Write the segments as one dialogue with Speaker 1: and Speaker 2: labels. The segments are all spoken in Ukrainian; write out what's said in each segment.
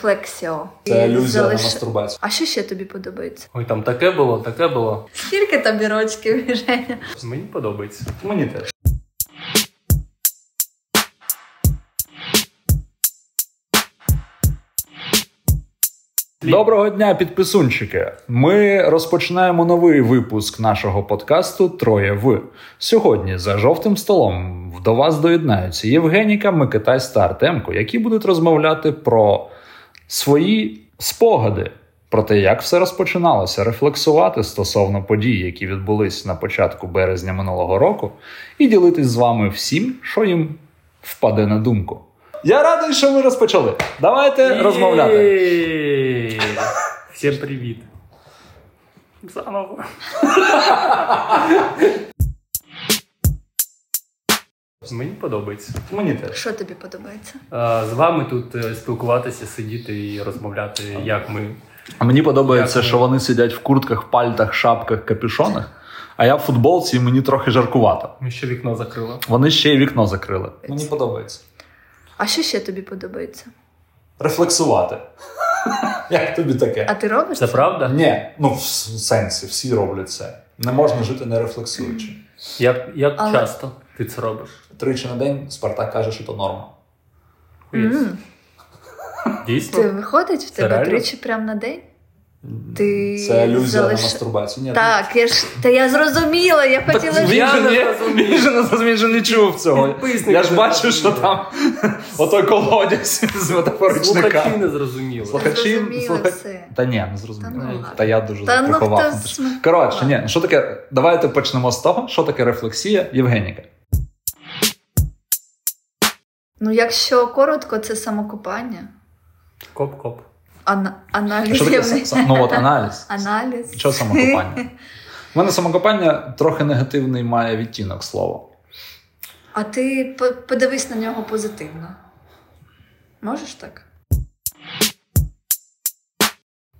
Speaker 1: Рефлексіо.
Speaker 2: Це алюзія на
Speaker 1: Залиш-
Speaker 2: мастурбацію.
Speaker 1: А що ще тобі подобається?
Speaker 3: Ой, там таке було, таке було.
Speaker 1: Скільки тобі рочків, Женя?
Speaker 3: Мені подобається.
Speaker 2: Мені теж. Доброго дня, підписунчики! Ми розпочинаємо новий випуск нашого подкасту Троє в сьогодні. За жовтим столом до вас доєднаються Євгеніка, Микитась та Артемко, які будуть розмовляти про свої спогади, про те, як все розпочиналося, рефлексувати стосовно подій, які відбулись на початку березня минулого року, і ділитись з вами всім, що їм впаде на думку. Я радий, що ми розпочали. Давайте розмовляти.
Speaker 3: Єй! Всім привіт. Заново. Мені подобається.
Speaker 2: Мені теж.
Speaker 1: Що тобі подобається?
Speaker 3: Е, З вами тут е, спілкуватися, сидіти і розмовляти, як ми.
Speaker 2: А мені подобається,
Speaker 3: Дякую.
Speaker 2: що вони сидять в куртках, пальтах, шапках, капюшонах. А я в футболці, і мені трохи жаркувато.
Speaker 3: Ми ще вікно закрили.
Speaker 2: Вони ще й вікно закрили. Мені подобається.
Speaker 1: А що ще тобі подобається?
Speaker 2: Рефлексувати. Як тобі таке?
Speaker 1: А ти робиш?
Speaker 3: Це правда?
Speaker 2: Ні, ну в с- сенсі, всі роблять це. Не можна жити не рефлексуючи.
Speaker 3: Як, як
Speaker 1: Але-
Speaker 3: часто ти це робиш?
Speaker 2: Тричі на день Спартак каже, що то норма.
Speaker 1: М.
Speaker 3: Дійсно?
Speaker 1: Ти виходить в
Speaker 3: Це
Speaker 1: тебе
Speaker 3: реально?
Speaker 1: тричі прям на день? Ти
Speaker 2: Це алюзія
Speaker 1: залиш-
Speaker 2: на мастурбацію. Ні,
Speaker 1: Так, я ж та я зрозуміла, я
Speaker 2: Так
Speaker 1: хотіла
Speaker 2: він
Speaker 3: Я
Speaker 2: же
Speaker 3: не
Speaker 2: не-
Speaker 3: розумію.
Speaker 2: Він же не- він же не чув цього.
Speaker 3: Підписники
Speaker 2: Я ж
Speaker 3: не
Speaker 2: бачу, що
Speaker 3: розуміли.
Speaker 2: там отой колодязь з
Speaker 3: Слухачі
Speaker 2: метафоричника.
Speaker 3: не зрозуміли.
Speaker 2: Слухачі,
Speaker 1: зрозуміла
Speaker 2: слухач-
Speaker 1: все.
Speaker 2: Та ні, не зрозуміло.
Speaker 1: Та ну ладно.
Speaker 2: Та я дуже
Speaker 1: Та ну
Speaker 2: приховав.
Speaker 1: хто
Speaker 2: Ну, ти ж-
Speaker 1: см-
Speaker 2: Коротше, ні, ну що таке? Давайте почнемо з того, що таке рефлексія Євгеніка.
Speaker 1: Ну, якщо коротко, це самокопання.
Speaker 3: Коп-коп.
Speaker 1: Ана... Аналіз.
Speaker 2: Що таке
Speaker 1: явний.
Speaker 2: са- са- ну, от, аналіз?
Speaker 1: Аналіз.
Speaker 2: Що самокопання? У мене самокопання трохи негативний має відтінок слова.
Speaker 1: А ти по- подивись на нього позитивно. Можеш так?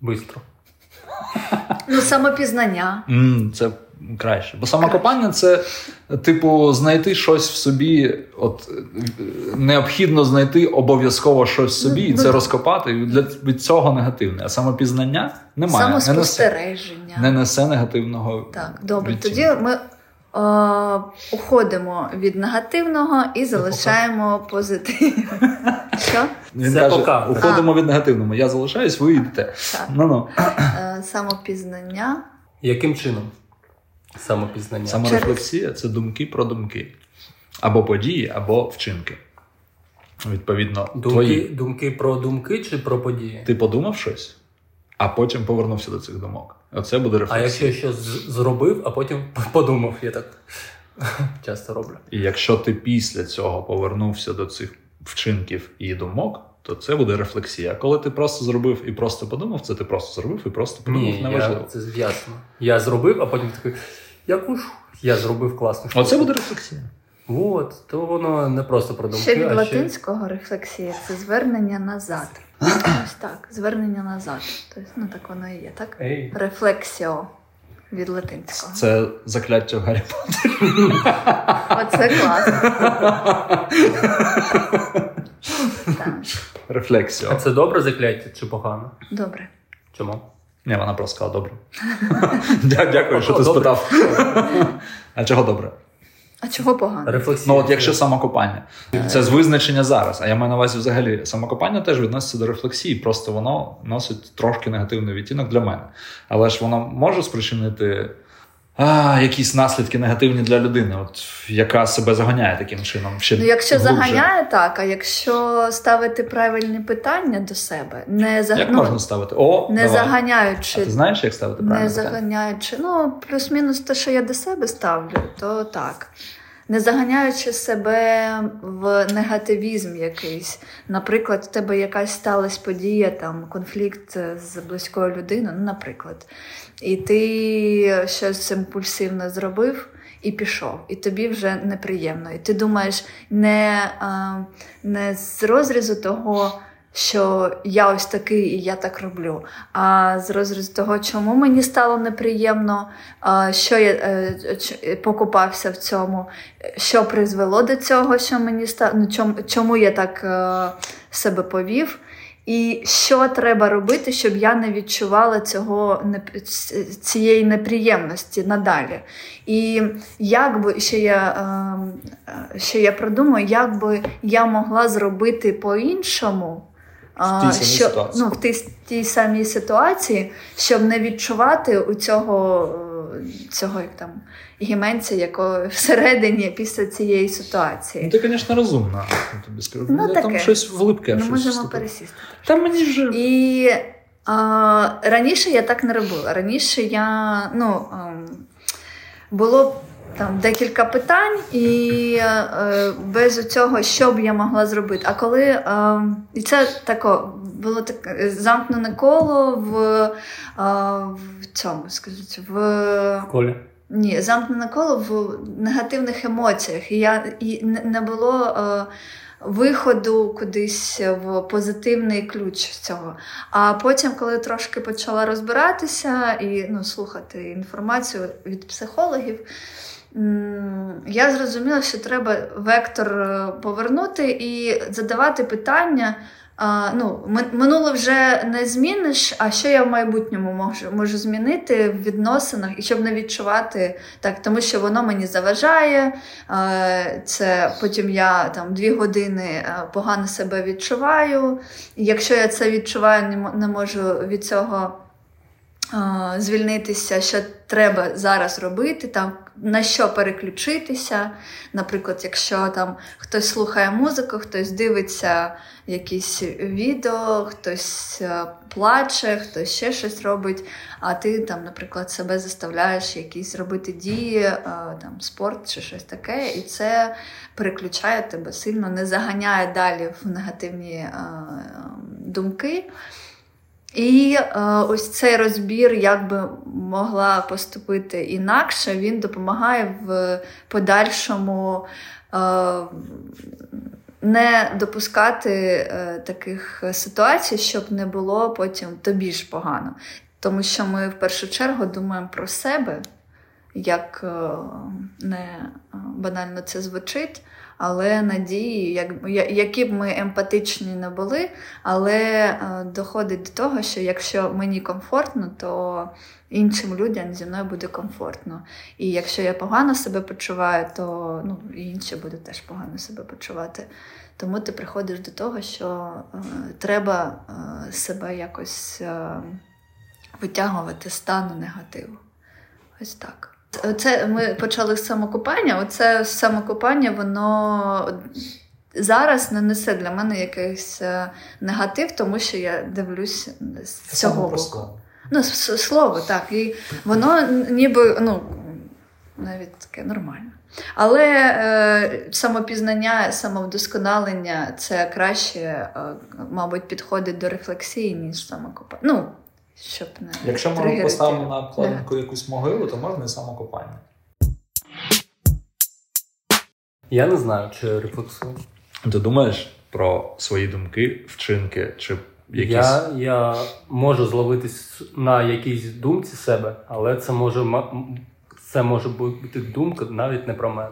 Speaker 3: Бистро.
Speaker 1: Ну, самопізнання.
Speaker 2: М, це краще. Бо самокопання це, типу, знайти щось в собі, от е, необхідно знайти обов'язково щось в собі, і
Speaker 1: Ну,
Speaker 2: це
Speaker 1: ну,
Speaker 2: розкопати. І для від цього негативне. А самопізнання немає. Не несе,
Speaker 1: самоспостереження.
Speaker 2: не несе негативного.
Speaker 1: Так, добре.
Speaker 2: відтінку.
Speaker 1: Тоді ми е, уходимо від негативного і залишаємо позитив. Що?
Speaker 2: Він
Speaker 3: Це
Speaker 2: каже,
Speaker 3: пока.
Speaker 2: уходимо від негативному. Я залишаюсь, ви йдете.
Speaker 1: Так.
Speaker 2: Ну ну
Speaker 1: Е, самопізнання.
Speaker 3: Яким чином? Самопізнання.
Speaker 2: саморефлексія це думки про думки, або події, або вчинки. Відповідно,
Speaker 3: Думки,
Speaker 2: твої.
Speaker 3: думки про думки чи про події?
Speaker 2: Ти подумав щось, а потім повернувся до цих думок. Оце буде
Speaker 3: А
Speaker 2: рефлексія.
Speaker 3: якщо я щось з- зробив, а потім п- подумав, я так часто роблю.
Speaker 2: І якщо ти після цього повернувся до цих вчинків і думок. То це буде рефлексія. А Коли ти просто зробив і просто подумав, це ти просто зробив і просто подумав
Speaker 3: Ні, я,
Speaker 2: неважливо.
Speaker 3: це ясно. Я зробив, а потім такий, я кушу. Я зробив класну штуку.
Speaker 2: Оце буде рефлексія.
Speaker 3: От, то воно не просто про думки,
Speaker 1: Ще від
Speaker 3: а ще
Speaker 1: латинського рефлексія це звернення назад. Ось так, звернення назад. Тобто, ну так воно і є, так?
Speaker 3: Ей.
Speaker 1: Рефлексіо від латинського.
Speaker 2: Це закляття Гаррі
Speaker 1: Оце класно. Так,
Speaker 2: Рефлексія.
Speaker 3: А це добре закляття чи погано?
Speaker 1: добре.
Speaker 2: Ну,
Speaker 3: Чому?
Speaker 2: Ні, вона просто сказала добре. Дя- Дякую, що ти
Speaker 3: Добре.
Speaker 2: спитав. А чого добре?
Speaker 1: А чого погано?
Speaker 3: Рефлексія.
Speaker 2: Ну, от якщо самокопання, це з визначення зараз. А я маю на увазі взагалі самокопання теж відноситься до рефлексії, просто воно носить трошки негативний відтінок для мене. Але ж воно може спричинити а, якісь наслідки негативні для людини, от яка себе заганяє таким чином. Ще
Speaker 1: Ну, якщо
Speaker 2: глубже.
Speaker 1: заганяє, так, а якщо ставити правильні питання до себе, не, за...
Speaker 2: як
Speaker 1: ну,
Speaker 2: можна ставити? О,
Speaker 1: не
Speaker 2: давай. А
Speaker 1: заганяючи,
Speaker 2: ти знаєш, як ставити
Speaker 1: не
Speaker 2: правильно? питання?
Speaker 1: заганяючи, ну, плюс-мінус те, що я до себе ставлю, то так. Не заганяючи себе в негативізм якийсь. Наприклад, в тебе якась сталася подія, там конфлікт з близькою людиною, ну, наприклад. І ти щось імпульсивно зробив і пішов, і тобі вже неприємно. І ти думаєш не, а, не з розрізу того, що я ось такий і я так роблю, а з розрізу того, чому мені стало неприємно, а, що я е, ч- покупався в цьому, е, що призвело до цього, що мені стало, ну, чому, чому я так е, себе повів. І що треба робити, щоб я не відчувала цього не- ц- цієї неприємності надалі? І як би ще я, ем, е, ще я продумаю, як би я могла зробити по-іншому,
Speaker 2: В тій
Speaker 1: а,
Speaker 2: самій
Speaker 1: що,
Speaker 2: ситуації.
Speaker 1: ну, в тій, тій самій ситуації, щоб не відчувати у цього, е, цього як там, гіменця, якого всередині після цієї
Speaker 2: Ну,
Speaker 1: ситуації.
Speaker 2: ти, звісно, розумна. я Тобі скажу.
Speaker 1: Ну,
Speaker 2: я там
Speaker 1: таке.
Speaker 2: щось влипке.
Speaker 1: Ми
Speaker 2: щось
Speaker 1: можемо
Speaker 2: вступило.
Speaker 1: пересісти.
Speaker 2: Та мені вже.
Speaker 1: І а, раніше я так не робила. Раніше я ну ем, було там декілька питань, і е, без цього, що б я могла зробити. А коли ем, і це тако було так е, замкнене коло в, а, в цьому, скажіть, в
Speaker 3: Коля.
Speaker 1: ні, замкнене коло в негативних емоціях. І я і не- не було е, виходу кудись в позитивний ключ з цього. А потім, коли трошки почала розбиратися і ну, слухати інформацію від психологів, м, я зрозуміла, що треба вектор е, повернути і задавати питання. А, ну, ми- минуле вже не зміниш, а що я в майбутньому можу, можу змінити в відносинах, і щоб не відчувати так, тому що воно мені заважає. е, Це потім я там дві години е, погано себе відчуваю. І якщо я це відчуваю, не мо- не можу від цього е, звільнитися, що треба зараз робити, там на що переключитися. Наприклад, якщо там хтось слухає музику, хтось дивиться якісь відео, хтось е, плаче, хтось ще щось робить, а ти там, наприклад, себе заставляєш якісь робити дії, е, там спорт чи щось таке, і це переключає тебе сильно, не заганяє далі в негативні е, думки. І е, ось цей розбір, як би могла поступити інакше, він допомагає в подальшому е, не допускати е, таких ситуацій, щоб не було потім тобі ж погано. Тому що ми в першу чергу думаємо про себе, як е, не е, банально це звучить, але надії, як, я- які б ми емпатичні не були, але е, доходить до того, що якщо мені комфортно, то іншим людям зі мною буде комфортно. І якщо я погано себе почуваю, то ну, і інші будуть теж погано себе почувати. Тому ти приходиш до того, що е, треба е, себе якось е, витягувати з стану негативу. Ось так. Це ми почали з самокопання. Оце самокопання, воно зараз не несе для мене якийсь е, негатив, тому що я дивлюсь з цього боку. Ну, с- с- слово, так. І воно н- ніби ну, навіть таке нормально. Але е, самопізнання, самовдосконалення це краще, е, мабуть, підходить до рефлексії, ніж самокопання. Ну, щоб не
Speaker 2: Якщо ми
Speaker 1: тригерити.
Speaker 2: поставимо на обкладинку якусь могилу, то можна і самокопання.
Speaker 3: Я не знаю, чи я рефлексую.
Speaker 2: Ти думаєш про свої думки, вчинки чи якісь.
Speaker 3: Я, я можу зловитись на якійсь думці себе, але це може ма- м- це може бути думка навіть не про мене.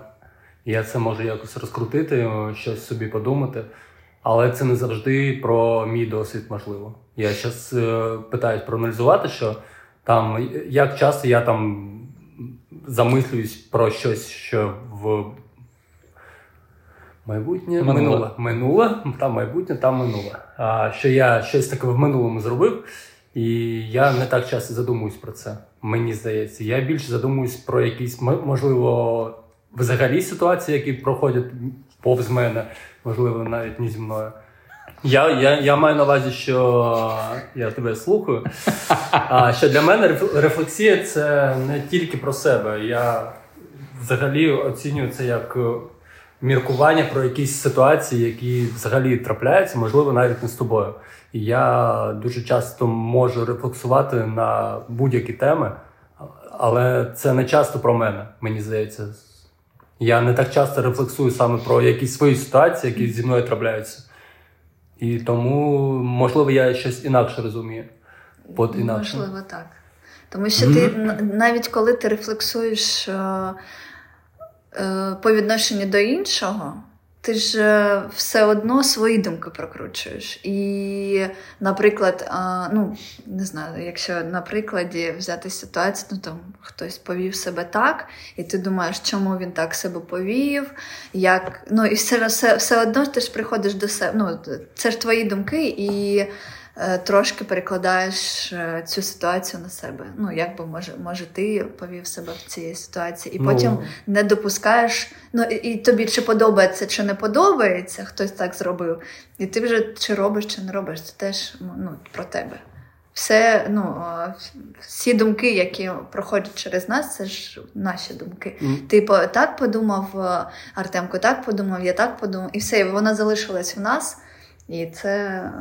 Speaker 3: Я це можу якось розкрутити, щось собі подумати, але це не завжди про мій досвід, можливо. Я зараз питаюсь проаналізувати, що там як часто я там замислююсь про щось, що в майбутнє
Speaker 2: Минуле.
Speaker 3: минуле. минуле, там майбутнє, там минуле. А що я щось таке в минулому зробив, і я не так часто задумуюсь про це. Мені здається, я більше задумуюсь про якісь м- можливо взагалі ситуації, які проходять повз мене, можливо, навіть не зі мною. Я, я, я маю на увазі, що я тебе слухаю. А що для мене реф- рефлексія це не тільки про себе. Я взагалі оцінюю це як е, міркування про якісь ситуації, які взагалі трапляються, можливо, навіть не з тобою. І я дуже часто можу рефлексувати на будь-які теми, але це не часто про мене, мені здається. Я не так часто рефлексую саме про якісь свої ситуації, які зі мною трапляються. І тому, можливо, я щось інакше розумію. От інакше.
Speaker 1: Ну, Можливо, так. Тому що ти н- навіть коли ти рефлексуєш е, е, по відношенню до іншого, ти ж е, все одно свої думки прокручуєш. І, наприклад, а, ну не знаю, якщо на прикладі взяти ситуацію, ну там хтось повів себе так, і ти думаєш, чому він так себе повів, як ну і все, все, все одно ти ж приходиш до себе. Ну це ж твої думки, і е, трошки перекладаєш е, цю ситуацію на себе. Ну як би може, може, ти повів себе в цій ситуації, і
Speaker 3: Ну,
Speaker 1: потім не допускаєш. Ну і, і тобі чи подобається, чи не подобається, хтось так зробив. І ти вже чи робиш, чи не робиш, це теж ну, про тебе. Все, ну е, всі думки, які проходять через нас, це ж наші думки.
Speaker 3: Ну,
Speaker 1: Типу, так подумав е, Артемко, так подумав, я так подумав, і все, і вона залишилась в нас. І це, е,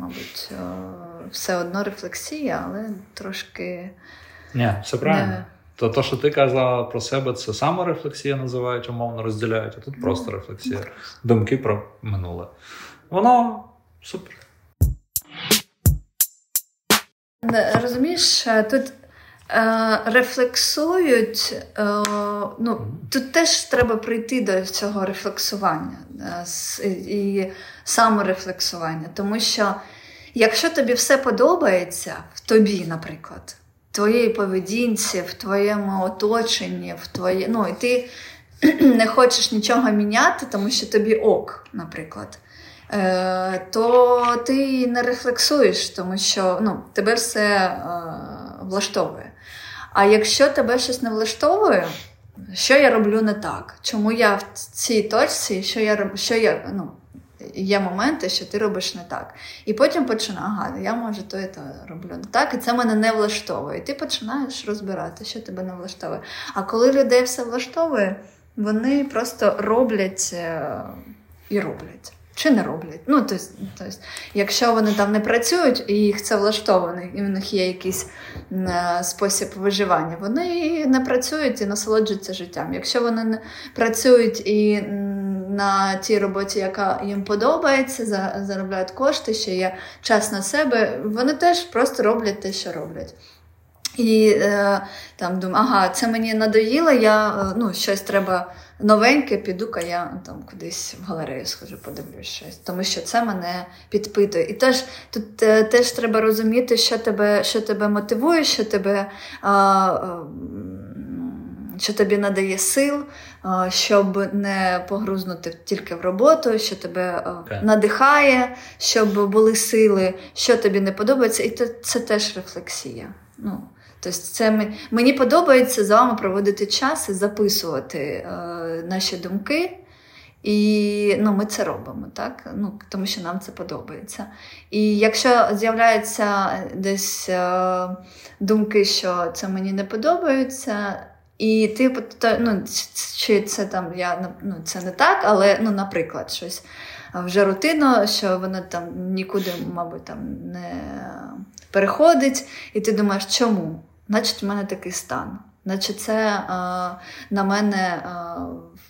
Speaker 1: мабуть, е, все одно рефлексія, але трошки
Speaker 2: Ні, все правильно.
Speaker 1: Не.
Speaker 2: То, то, що ти казала про себе, це саморефлексія називають, умовно розділяють, а
Speaker 1: Ну,
Speaker 2: тут просто рефлексія. Думки про минуле. Воно супер.
Speaker 1: Не, Розумієш, е, тут е, рефлексують. Е, ну, тут теж треба прийти до цього рефлексування е, с- і саморефлексування. Тому що якщо тобі все подобається в тобі, наприклад, в твоїй поведінці, в твоєму оточенні, в твоє, ну, і ти не хочеш нічого міняти, тому що тобі ок, наприклад е, то ти не рефлексуєш, тому що ну, тебе все е, влаштовує. А якщо тебе щось не влаштовує, що я роблю не так? Чому я в цій точці, що я роб- що я, ну, є моменти, що ти робиш не так. І потім починає, ага, я може то і то роблю не так, і це мене не влаштовує. І ти починаєш розбирати, що тебе не влаштовує. А коли людей все влаштовує, вони просто роблять е, і роблять. Чи не роблять? Ну, тобто, тобто, якщо вони там не працюють і їх це влаштовано, і в них є якийсь е, спосіб виживання, вони не працюють і насолоджуються життям. Якщо вони не працюють і м, на тій роботі, яка їм подобається, за- заробляють кошти, ще є час на себе, вони теж просто роблять те, що роблять. І е, там думаю, ага, це мені надоїло, я е, ну, щось треба новеньке, піду-ка я там кудись в галерею схожу, подивлюсь щось, тому що це мене підпитує. І теж тут е, теж треба розуміти, що тебе, що тебе мотивує, що тебе. А, а, м, що тобі надає сил, а, щоб не погрузнути тільки в роботу, що тебе а,
Speaker 2: Так.
Speaker 1: надихає, щоб були сили, що тобі не подобається, і це, це теж рефлексія. Ну, Тобто це ми- мені подобається з вами проводити час і записувати е, наші думки. І ну, ми це робимо, так? Ну, тому що нам це подобається. І якщо з'являються десь е, думки, що це мені не подобається, і ти пот- та- ну, ц- чи це там я ну, це не так, але ну, наприклад, щось е, вже рутина, що вона там нікуди, мабуть, там не переходить, і ти думаєш, чому? Значить, в мене такий стан. Значить, це е, на мене е,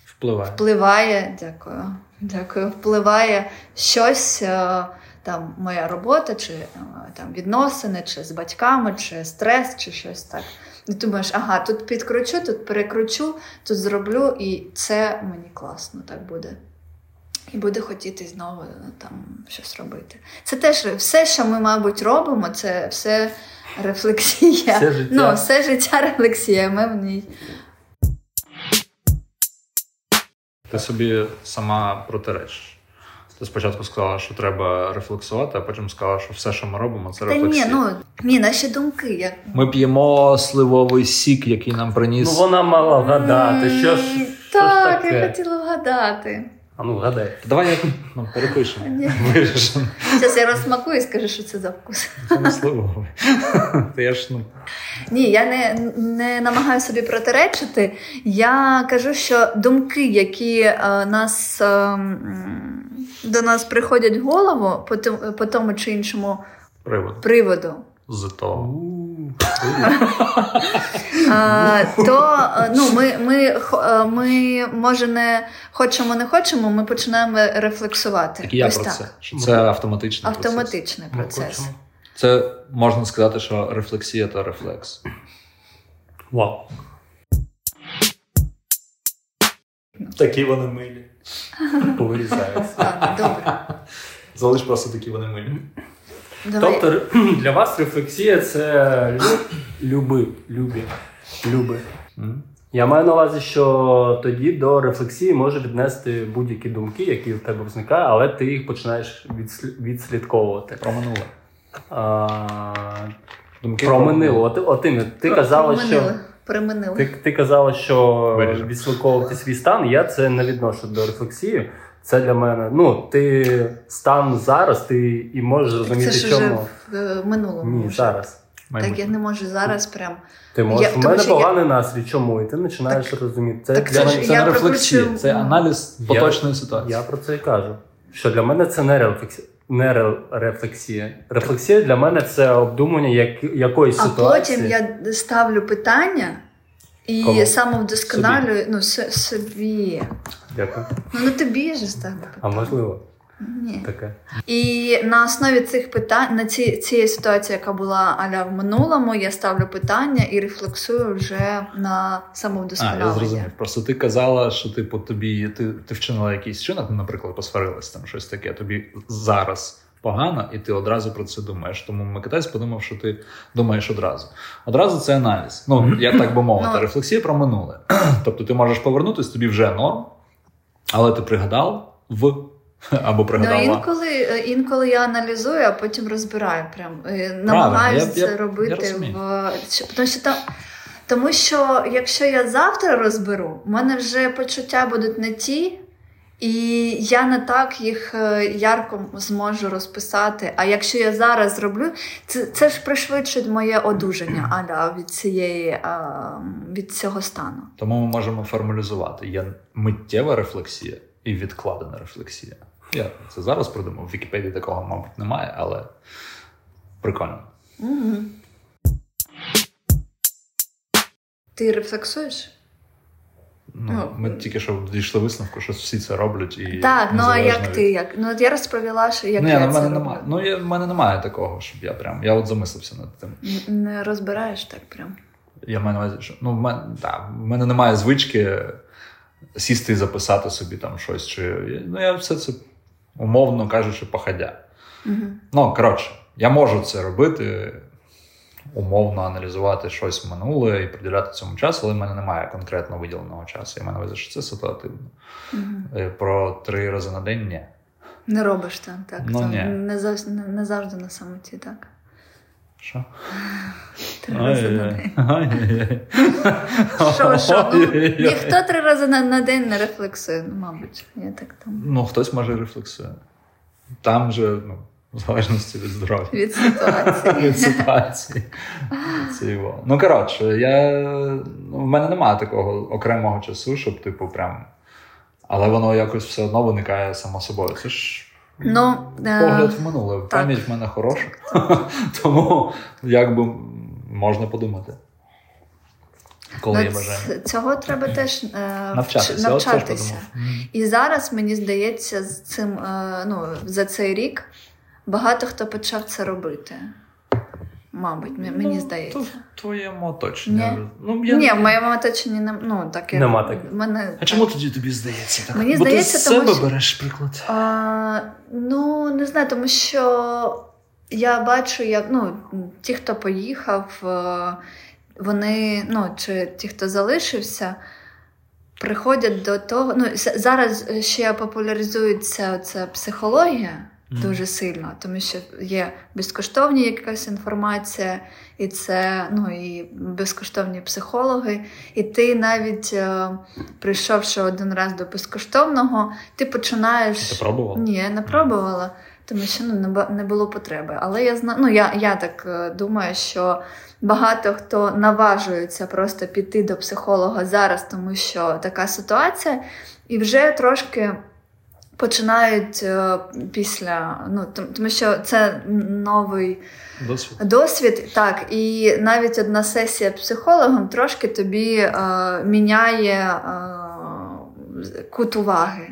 Speaker 2: Впливає.
Speaker 1: впливає, дякую, дякую, впливає щось. е, Там моя робота, чи е, там відносини, чи з батьками, чи стрес, чи щось так. І ти думаєш, ага, тут підкручу, тут перекручу, тут зроблю, і це мені класно так буде. І буде хотіти знову е, там щось робити. Це теж все, що ми, мабуть, робимо, це все рефлексія.
Speaker 3: Все життя.
Speaker 1: Ну, все життя рефлексія. Ми в ній
Speaker 2: Ти собі сама протиречиш. Ти спочатку сказала, що треба рефлексувати, а потім сказала, що все, що ми робимо, це
Speaker 1: Та ні,
Speaker 2: рефлексія.
Speaker 1: ну ні, наші думки. Як...
Speaker 2: Ми п'ємо сливовий сік, який нам приніс.
Speaker 3: Ну вона мала вгадати. Що ж,
Speaker 1: М,
Speaker 3: що ж
Speaker 1: Так,
Speaker 3: таке?
Speaker 1: я хотіла вгадати.
Speaker 3: А ну вгадай.
Speaker 2: Давай я ну, перепишемо.
Speaker 1: Ні.
Speaker 2: Вирішимо.
Speaker 1: Зараз я розсмакую і скажу, що це за вкус.
Speaker 2: Це не сливовий. Та я ж ну,
Speaker 1: Ні, я не, не намагаю собі протиречити. Я кажу, що думки, які е, нас, е, м, до нас приходять в голову по, тим- по тому чи іншому
Speaker 2: привод
Speaker 1: приводу,
Speaker 2: з того.
Speaker 3: У,
Speaker 1: Е, то е, ну, ми, ми, хо- е, ми може не хочемо, не хочемо, ми починаємо рефлексувати.
Speaker 2: Так і я
Speaker 1: Ось
Speaker 2: про
Speaker 1: так.
Speaker 2: це. Що це автоматичний процес.
Speaker 1: Автоматичний
Speaker 3: ми
Speaker 1: процес.
Speaker 3: хочемо.
Speaker 2: Це можна сказати, що рефлексія та рефлекс.
Speaker 3: Вау.
Speaker 2: Такі вони милі.
Speaker 3: повирізається.
Speaker 1: Ладно, добре.
Speaker 2: Залиш просто такі вони милі.
Speaker 1: Давай.
Speaker 3: Тобто ре- для вас рефлексія це лю- люби, любі, люби.
Speaker 2: М?
Speaker 3: Я маю на увазі, що тоді до рефлексії може віднести будь-які думки, які в тебе виникають, але ти їх починаєш відслі- відслідковувати.
Speaker 2: Про минуле.
Speaker 3: А,
Speaker 2: Думки
Speaker 3: про минуле. От, от Іми, ти
Speaker 1: Про-
Speaker 3: казала, що
Speaker 1: проминили, приминили.
Speaker 3: ти, ти казала, що
Speaker 2: Виріжу.
Speaker 3: відслідковувати свій стан. Я це не відношу до рефлексії. Це для мене. Ну, ти стан зараз, ти і можеш
Speaker 1: Це
Speaker 3: зрозуміти,
Speaker 1: ж вже
Speaker 3: чому.
Speaker 1: в е, минулому.
Speaker 3: Ні,
Speaker 1: вже.
Speaker 3: зараз.
Speaker 1: Так я не можу зараз прям.
Speaker 3: Ти
Speaker 1: Я-
Speaker 3: можеш, в
Speaker 1: тому
Speaker 3: мене
Speaker 1: що я-
Speaker 3: поганий настрій, чому? І ти починаєш розуміти. Це
Speaker 1: Так
Speaker 3: для
Speaker 1: це ж
Speaker 3: мене
Speaker 2: Це
Speaker 1: Я
Speaker 2: не рефлексія,
Speaker 1: прокручую-
Speaker 2: це аналіз
Speaker 3: Я-
Speaker 2: поточної ситуації.
Speaker 3: я про це і кажу. Що для мене це не рефлексія. Не ре- рефлексія. Рефлексія для мене це обдумування як, якоїсь
Speaker 1: А
Speaker 3: ситуації.
Speaker 1: потім я ставлю питання і
Speaker 3: Кому?
Speaker 1: самовдосконалюю ну, с- собі.
Speaker 3: Дякую.
Speaker 1: Ну не тобі ж ставлю
Speaker 3: А
Speaker 1: питання.
Speaker 3: можливо,
Speaker 1: Ні.
Speaker 3: таке.
Speaker 1: І на основі цих питань, на ці, цієї ситуації, яка була аля в минулому, я ставлю питання і рефлексую вже на
Speaker 2: А, я
Speaker 1: самовдосконалення.
Speaker 2: зрозумів. Просто ти казала, що типу тобі ти, ти вчинила якийсь чинок, ну, наприклад, посварилась там щось таке. Тобі зараз погано, і ти одразу про це думаєш. Тому Микитась подумав, що ти думаєш одразу. Одразу це аналіз. Ну я так би мовити,
Speaker 1: Ну.
Speaker 2: рефлексія про минуле. тобто ти можеш повернутися, тобі вже норм, але ти пригадав в або
Speaker 1: Ну,
Speaker 2: пригадала.
Speaker 1: інколи, інколи я аналізую, а потім розбираю. Прям Е,
Speaker 2: я-
Speaker 1: намагаюся
Speaker 2: я-
Speaker 1: це
Speaker 2: я
Speaker 1: робити
Speaker 2: розумію.
Speaker 1: в що- тому що там. Тому що якщо я завтра розберу, в мене вже почуття будуть не ті, і я не так їх е, ярко зможу розписати. А якщо я зараз зроблю, це, це ж пришвидшить моє одужання аля від цієї а, від цього стану.
Speaker 2: Тому ми можемо формалізувати: є миттєва рефлексія і відкладена рефлексія. Я це зараз придумав. В Вікіпедії такого, мабуть, немає, але прикольно.
Speaker 1: Угу. Ти рефлексуєш?
Speaker 2: Ну,
Speaker 1: Ну,
Speaker 2: ми тільки що дійшли висновку, що всі це роблять і
Speaker 1: Так, ну а
Speaker 2: незалежно
Speaker 1: як
Speaker 2: від-
Speaker 1: ти? Як? Ну от я розповіла, що як
Speaker 2: Ні,
Speaker 1: я
Speaker 2: ну, в
Speaker 1: це
Speaker 2: мене
Speaker 1: роблю.
Speaker 2: немає. Ну я в мене немає такого, щоб я прям. Я от замислився над тим.
Speaker 1: Н- Не розбираєш так прям.
Speaker 2: Я маю на увазі, що ну в мене да, в мене немає звички сісти і записати собі там щось. Чи ну я все це умовно кажучи, походя.
Speaker 1: Угу.
Speaker 2: Ну, коротше, я можу це робити, умовно аналізувати щось минуле і приділяти цьому час, але в мене немає конкретно виділеного часу. Я маю на увазі, що це ситуативно.
Speaker 1: Угу.
Speaker 2: Е, Про три рази на день ні.
Speaker 1: Не робиш там так.
Speaker 2: Ну,
Speaker 1: то
Speaker 2: ні.
Speaker 1: не, завжди, не, не завжди на самоті, так.
Speaker 2: Що?
Speaker 1: Три рази на
Speaker 2: Ай-яй.
Speaker 1: день.
Speaker 2: Ай-яй.
Speaker 1: Що, що? Ну,
Speaker 2: Ой-ой-ой.
Speaker 1: ніхто три рази на, на день не рефлексує, ну, мабуть. Я так там
Speaker 2: Ну, хтось може рефлексує. Там же, ну, в залежності від здоров'я.
Speaker 1: від ситуації.
Speaker 2: від ситуації. Це його. Ну, коротше, я... ну, в мене немає такого окремого часу, щоб, типу, прям. Але воно якось все одно виникає само собою. Це ж
Speaker 1: Ну, е,
Speaker 2: погляд в минуле. Пам'ять в мене хороша. Тому як би можна подумати. Коли
Speaker 1: ну,
Speaker 2: є бажання.
Speaker 1: ц- цього треба теж е, вч-
Speaker 2: Навчатися. От це ж
Speaker 1: навчатися.
Speaker 2: подумав. М.
Speaker 1: І зараз мені здається, з цим е, ну за цей рік багато хто почав це робити. Мабуть, м- мені
Speaker 2: Ну,
Speaker 1: здається.
Speaker 2: то в твоєму оточенні.
Speaker 1: Ні.
Speaker 2: Ну, я...
Speaker 1: Ні, в моєму оточенні не ну так як
Speaker 3: Нема таких.
Speaker 1: в мене.
Speaker 2: А чому тоді тобі здається так?
Speaker 1: Мені
Speaker 2: Бо ти з
Speaker 1: здається, тому
Speaker 2: себе
Speaker 1: що-
Speaker 2: береш приклад.
Speaker 1: А, ну не знаю, тому що я бачу, як ну ті, хто поїхав, е, вони ну чи ті, хто залишився. Приходять до того, ну с- зараз ще популяризується ця психологія,
Speaker 2: Мгм.
Speaker 1: дуже сильно, тому що є безкоштовні якась інформація, і це ну і безкоштовні психологи. І ти навіть е, прийшовши один раз до безкоштовного, ти починаєш
Speaker 2: Ти пробував?
Speaker 1: ні, я не пробувала, тому що ну, не ба- не було потреби. Але я знаю, ну я, я так е, думаю, що багато хто наважується просто піти до психолога зараз, тому що така ситуація, і вже трошки. Починають е, після, ну том- тому що це новий
Speaker 2: Досвід.
Speaker 1: досвід, так, і навіть одна сесія психологом трошки тобі е, міняє е, кут уваги.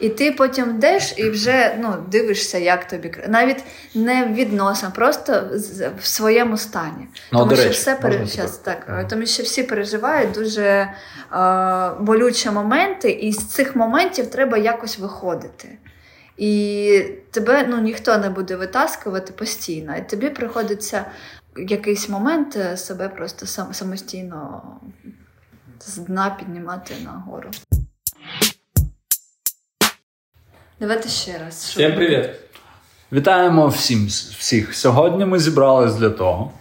Speaker 1: І ти потім йдеш і вже ну, дивишся, як тобі кра- навіть не в відносинах, просто з- в своєму стані.
Speaker 2: Ну,
Speaker 1: тому
Speaker 2: до
Speaker 1: що
Speaker 2: речі,
Speaker 1: все пере-
Speaker 2: можна
Speaker 1: щас,
Speaker 2: тебе?
Speaker 1: так,
Speaker 2: Ага.
Speaker 1: тому що всі переживають дуже е, болючі моменти, і з цих моментів треба якось виходити. І тебе ну, ніхто не буде витаскувати постійно, і тобі приходиться якийсь момент е, себе просто сам, самостійно з дна піднімати нагору. Давайте ще раз.
Speaker 4: Всем привет.
Speaker 2: Вітаємо всім всіх. Сьогодні ми зібрались для того,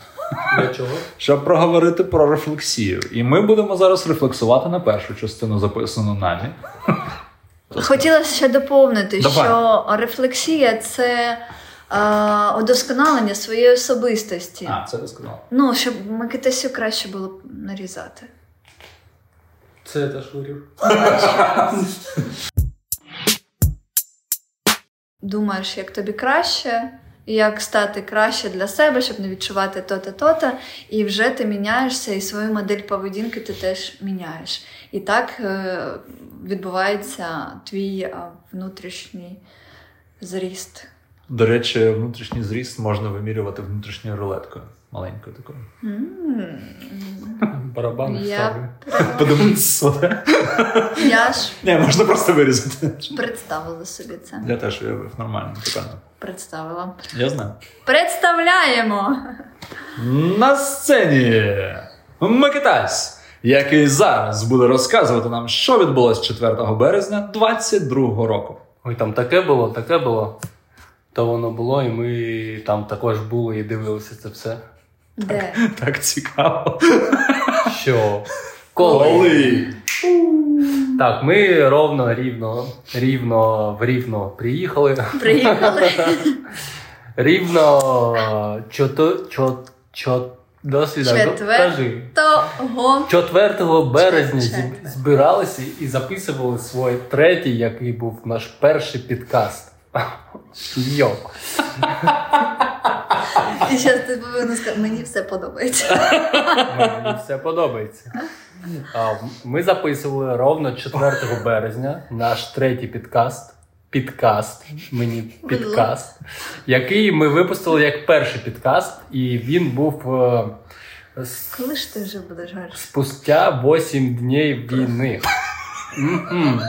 Speaker 3: Для чого?
Speaker 2: щоб проговорити про рефлексію. І ми будемо зараз рефлексувати на першу частину, записану нами.
Speaker 1: Хотіла ще доповнити,
Speaker 2: Давай.
Speaker 1: що рефлексія це е, удосконалення своєї особистості.
Speaker 2: А, це ти сказала.
Speaker 1: Ну, щоб Микитасю краще було б нарізати.
Speaker 3: Це я теж вирів.
Speaker 1: Думаєш, як тобі краще, як стати краще для себе, щоб не відчувати то-то, то-то. І вже ти міняєшся, і свою модель поведінки ти теж міняєш. І так е, відбувається твій е, внутрішній зріст.
Speaker 2: До речі, внутрішній зріст можна вимірювати внутрішньою рулеткою. Маленькою такою.
Speaker 1: М.
Speaker 3: Барабан
Speaker 1: Я-
Speaker 3: ставлю.
Speaker 2: Подивитися.
Speaker 1: Я ж
Speaker 2: Не, можна просто вирізати.
Speaker 1: представила собі це.
Speaker 2: Я теж уявив нормально, питання.
Speaker 1: Представила.
Speaker 2: Я знаю.
Speaker 1: Представляємо!
Speaker 2: На сцені Микитась, який зараз буде розказувати нам, що відбулось 4 березня 22-го року.
Speaker 3: Ой, там таке було, таке було. То воно було, і ми там також були і дивилися це все.
Speaker 1: Де?
Speaker 2: Так цікаво.
Speaker 3: Що? Так, ми ровно, рівно, рівно, в рівно приїхали.
Speaker 1: Приїхали.
Speaker 3: Рівно чото, чо, чо, до свідання.
Speaker 1: Четвер-
Speaker 3: Кажи.
Speaker 1: Того.
Speaker 3: 4 березня
Speaker 1: Чотири.
Speaker 3: зіб- збиралися і записували свій третій, який був наш перший підкаст. Йо.
Speaker 1: І зараз ти повинен сказати, мені все подобається.
Speaker 3: Мені ну, все подобається. А, Ми записували ровно 4 березня наш третій підкаст. Підкаст, мені підкаст, який ми випустили як перший підкаст, і він був е, с-
Speaker 1: Коли ж ти вже будеш гарш?
Speaker 3: спустя 8 днів війни. Мгм.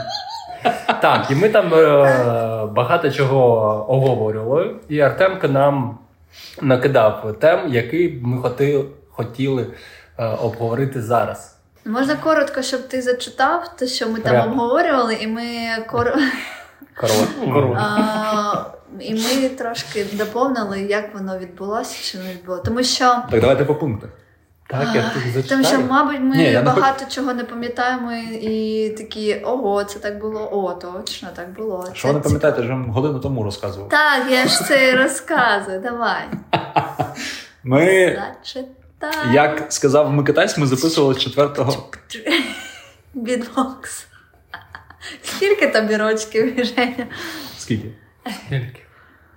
Speaker 3: Так, і ми там е, багато чого оговорювали, і Артемка нам накидав тем, який б ми хоти- хотіли е, обговорити зараз.
Speaker 1: Можна коротко, щоб ти зачитав те, що ми там
Speaker 3: Реп.
Speaker 1: обговорювали, і ми кор...
Speaker 3: Коротко. Коротко.
Speaker 1: а, і ми трошки доповнили, як воно відбулося, чи не відбулося. Тому що
Speaker 2: Так, давайте по пунктах.
Speaker 3: Так, я тут
Speaker 1: Тому що,
Speaker 3: зачитаю.
Speaker 1: мабуть, ми
Speaker 2: Ні, я не
Speaker 1: багато чого не пам'ятаємо і, і такі ого, це так було, о, точно так було.
Speaker 2: Що ви не
Speaker 1: це
Speaker 2: пам'ятаєте, я ж вам годину тому розказував.
Speaker 1: Так, я ж це і розказую. Давай.
Speaker 2: Ми,
Speaker 1: Зачитай.
Speaker 2: як сказав Микитась, ми записували 4-го.
Speaker 1: Бітбокс. Скільки тобі рочків, Женя?
Speaker 2: Скільки?
Speaker 3: Скільки?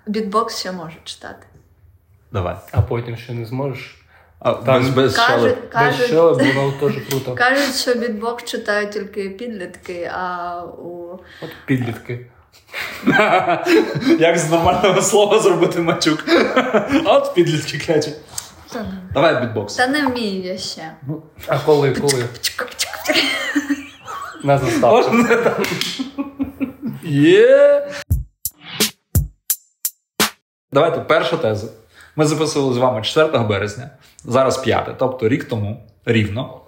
Speaker 1: Бітбокс ще можу читати.
Speaker 2: Давай.
Speaker 3: А потім ще не зможеш.
Speaker 2: А,
Speaker 3: Так.
Speaker 2: без, без
Speaker 1: Каже,
Speaker 2: шали.
Speaker 3: Без
Speaker 1: кажуть,
Speaker 3: що було теж круто.
Speaker 1: кажуть, що бітбокс читають тільки підлітки, а у
Speaker 3: От підлітки.
Speaker 2: Як з нормального слова зробити мачук? От підлітки клячі.
Speaker 1: та, ну. не-
Speaker 2: Давай бітбокс.
Speaker 1: та не вмію я ще.
Speaker 3: Ну, А коли, коли?
Speaker 1: Пчик-пчик-пчик.
Speaker 3: На заставку.
Speaker 2: Є. Давайте перша теза. Ми записували з вами 4 березня, зараз 5, тобто рік тому рівно.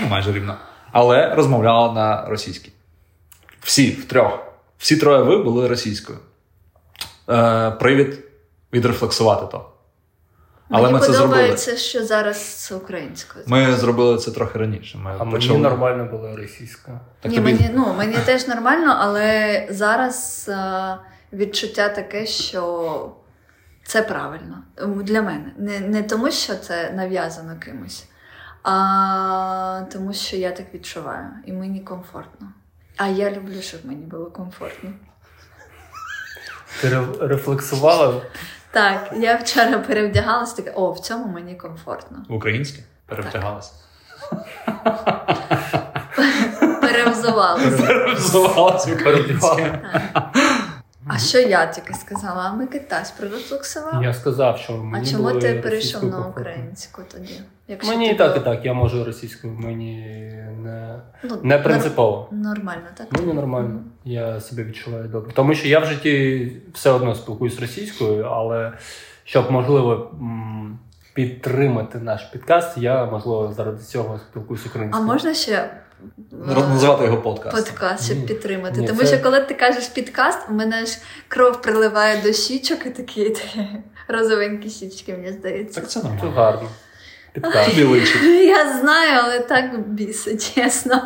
Speaker 2: Ну, майже рівно. Але розмовляли на російській. Всі втрьох. Всі троє ви були російською. Е, привід відрефлексувати то. Але
Speaker 1: Мені
Speaker 2: ми це зробили.
Speaker 1: подобається, що зараз з українською.
Speaker 2: Ми зробили це трохи раніше. Ми
Speaker 3: А мені
Speaker 2: почали.
Speaker 3: нормально було російська.
Speaker 2: Так
Speaker 1: Ні,
Speaker 2: тобі-
Speaker 1: мені, ну, мені теж нормально, але зараз е, відчуття таке, що це правильно М, для мене. Не, не тому, що це нав'язано кимось, а тому, що я так відчуваю, і мені комфортно. А я люблю, щоб мені було комфортно.
Speaker 3: Ти ре- рефлексувала
Speaker 1: Так, я вчора перевдягалась, таке, о, в цьому мені комфортно.
Speaker 2: в українське перевтягалися.
Speaker 1: Перевзувалась Перевзувалася.
Speaker 2: Перевзувалась українська.
Speaker 1: А що я тільки сказала? А ми китась прорефлексував.
Speaker 3: Я сказав, що мені
Speaker 1: А чому
Speaker 3: були
Speaker 1: ти перейшов
Speaker 3: російською
Speaker 1: на
Speaker 3: комфортно.
Speaker 1: українську тоді? Якщо
Speaker 3: Мені
Speaker 1: ти
Speaker 3: і так, і
Speaker 1: був-
Speaker 3: так, я можу російською, мені не,
Speaker 1: ну,
Speaker 3: не
Speaker 1: нор-
Speaker 3: принципово. Ну,
Speaker 1: Нормально, так?
Speaker 3: Мені нормально, я себе відчуваю добре. Тому що я в житті все одно спілкуюсь російською, але щоб можливо м, підтримати наш підкаст, я можливо заради цього спілкуюсь
Speaker 1: А
Speaker 3: українською.
Speaker 1: можна ще
Speaker 2: Роз-
Speaker 1: е,
Speaker 2: Називати його подкаст.
Speaker 1: подкаст, щоб
Speaker 3: Ні.
Speaker 1: підтримати?
Speaker 3: Ні,
Speaker 1: Тому
Speaker 3: це-
Speaker 1: що коли ти кажеш підкаст, у мене ж кров приливає до щічок і такі такі розовенькі щічки, мені здається.
Speaker 2: Так це
Speaker 3: Це
Speaker 2: нормально.
Speaker 3: гарно. Підкаст.
Speaker 2: Тобі личить.
Speaker 1: Я знаю, але так бісить, чесно.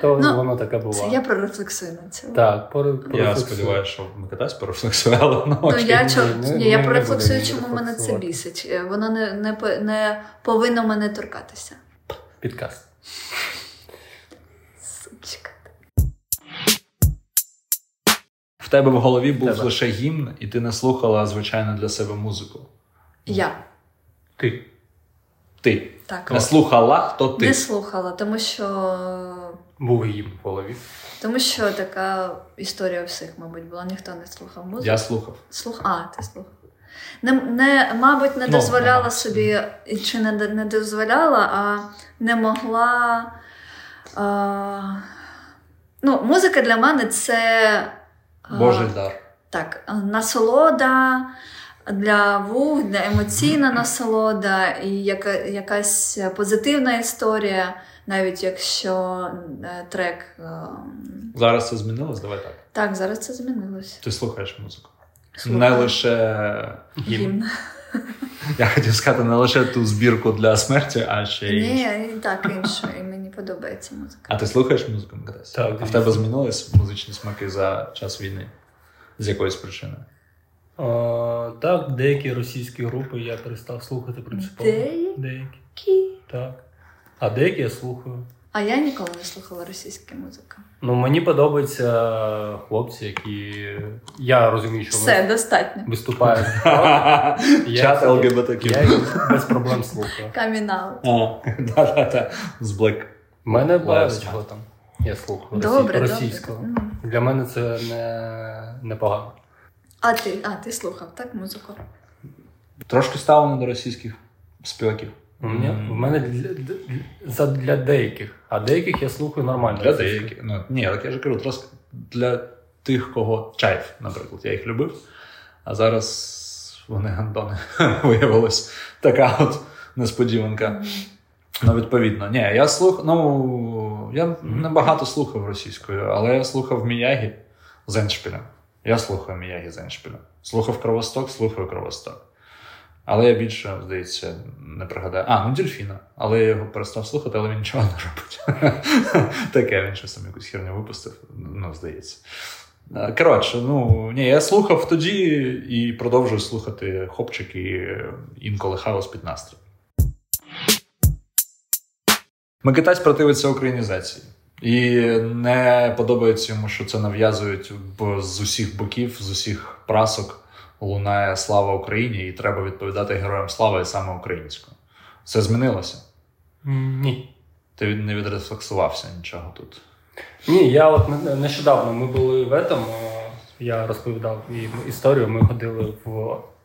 Speaker 3: То
Speaker 1: Ну,
Speaker 3: воно таке
Speaker 1: Це
Speaker 3: буває.
Speaker 1: я прорефлексую на це.
Speaker 3: Так, пори,
Speaker 2: Я
Speaker 3: порефлексую.
Speaker 2: сподіваюся, що Микитась перефлексувала. Ну,
Speaker 1: Ну,
Speaker 2: окей.
Speaker 1: я чо...
Speaker 3: ні,
Speaker 1: ні,
Speaker 3: ні,
Speaker 1: я
Speaker 3: не
Speaker 1: прорефлексую,
Speaker 3: буду
Speaker 1: чому мене це
Speaker 3: рефлексувати.
Speaker 1: бісить. Е, Воно не, не, по- не повинно мене торкатися.
Speaker 3: Підкаст.
Speaker 1: Сучка.
Speaker 2: В тебе в голові був
Speaker 3: Тебе.
Speaker 2: лише гімн, і ти не слухала звичайно для себе музику.
Speaker 1: Я
Speaker 3: Ти.
Speaker 2: Ти
Speaker 1: так
Speaker 2: не слухала, хто ти.
Speaker 1: не слухала, тому що
Speaker 3: Був їм в голові.
Speaker 1: тому що така історія у всіх, мабуть, була. Ніхто не слухав музику.
Speaker 2: Я слухав.
Speaker 1: Слух, а, ти слухав. Не, не, мабуть, не
Speaker 2: Ну,
Speaker 1: дозволяла
Speaker 2: ага.
Speaker 1: собі, і чи не, д- не дозволяла, а не могла. А, ну, музика для мене це. а,
Speaker 2: Божий дар.
Speaker 1: Так, а, насолода для вух, для емоційна насолода і яка, якась позитивна історія, навіть якщо е, трек. е, м,
Speaker 2: Зараз це змінилось, давай так.
Speaker 1: Так, зараз це змінилось.
Speaker 2: Ти слухаєш музику. Не
Speaker 1: Слухаю.
Speaker 2: лише
Speaker 3: Гімн.
Speaker 2: я хотів сказати, не лише ту збірку для смерті, а ще
Speaker 3: е,
Speaker 2: й. інше.
Speaker 1: Ні, і так інше, і мені подобається музика.
Speaker 2: А ти слухаєш музику Микитась?
Speaker 3: Так,
Speaker 2: А в
Speaker 3: дивіться.
Speaker 2: тебе змінились музичні смаки за час війни? З якоїсь причини?
Speaker 3: А, так, деякі російські групи я перестав слухати принципово.
Speaker 1: Деякі?
Speaker 3: Деякі, так. А деякі я слухаю.
Speaker 1: А я ніколи не слухала російську музику.
Speaker 3: Ну, мені подобаються хлопці, які. Я розумію, що
Speaker 1: Все, достатньо.
Speaker 3: вони виступають. Я-
Speaker 2: Чат
Speaker 3: Я
Speaker 2: ЛГБТК.
Speaker 3: їх без проблем слухаю.
Speaker 1: Камінаут.
Speaker 2: Да-да-та. З Black.
Speaker 3: У мене
Speaker 2: Лес.
Speaker 3: багато чого там. Я слухаю росі-
Speaker 1: Добре,
Speaker 3: російського.
Speaker 1: добре. М.
Speaker 3: Для мене це не, не погано.
Speaker 1: А ти, а ти слухав так музику?
Speaker 2: Трошки ставлено до російських співаків.
Speaker 3: У мене, в мене для, для- за- для деяких, а деяких я слухаю нормально.
Speaker 2: Для деяких. Ну, ні, так я ж кажу, трошки для тих, кого чайф, наприклад, я їх любив. А зараз вони гандони виявилось. Така от несподіванка. Ну, відповідно, ні, я слух, ну я небагато слухав російською, але я слухав Міягі з Еншпілем. Я слухаю Міягі з Еншпілем. Слухав Кровосток, слухаю Кровосток. Але я більше, здається, не пригадаю. А, ну дельфіна. Але я його перестав слухати, але він нічого не робить. Таке він щось там якусь херню випустив, ну, здається. Е, Коротше, ну ні, я слухав тоді і продовжую слухати хопчик і інколи хаос під настрій. Микитась противиться українізації. І не подобається йому, що це нав'язують бо з усіх боків, з усіх прасок лунає слава Україні, і треба відповідати героям слава і саме українською. Все змінилося.
Speaker 3: М, Ні.
Speaker 2: Ти від- не відрефлексувався нічого тут.
Speaker 3: Ні, я от не- нещодавно ми були в этом. е, Я розповідав їм історію. Ми ходили в,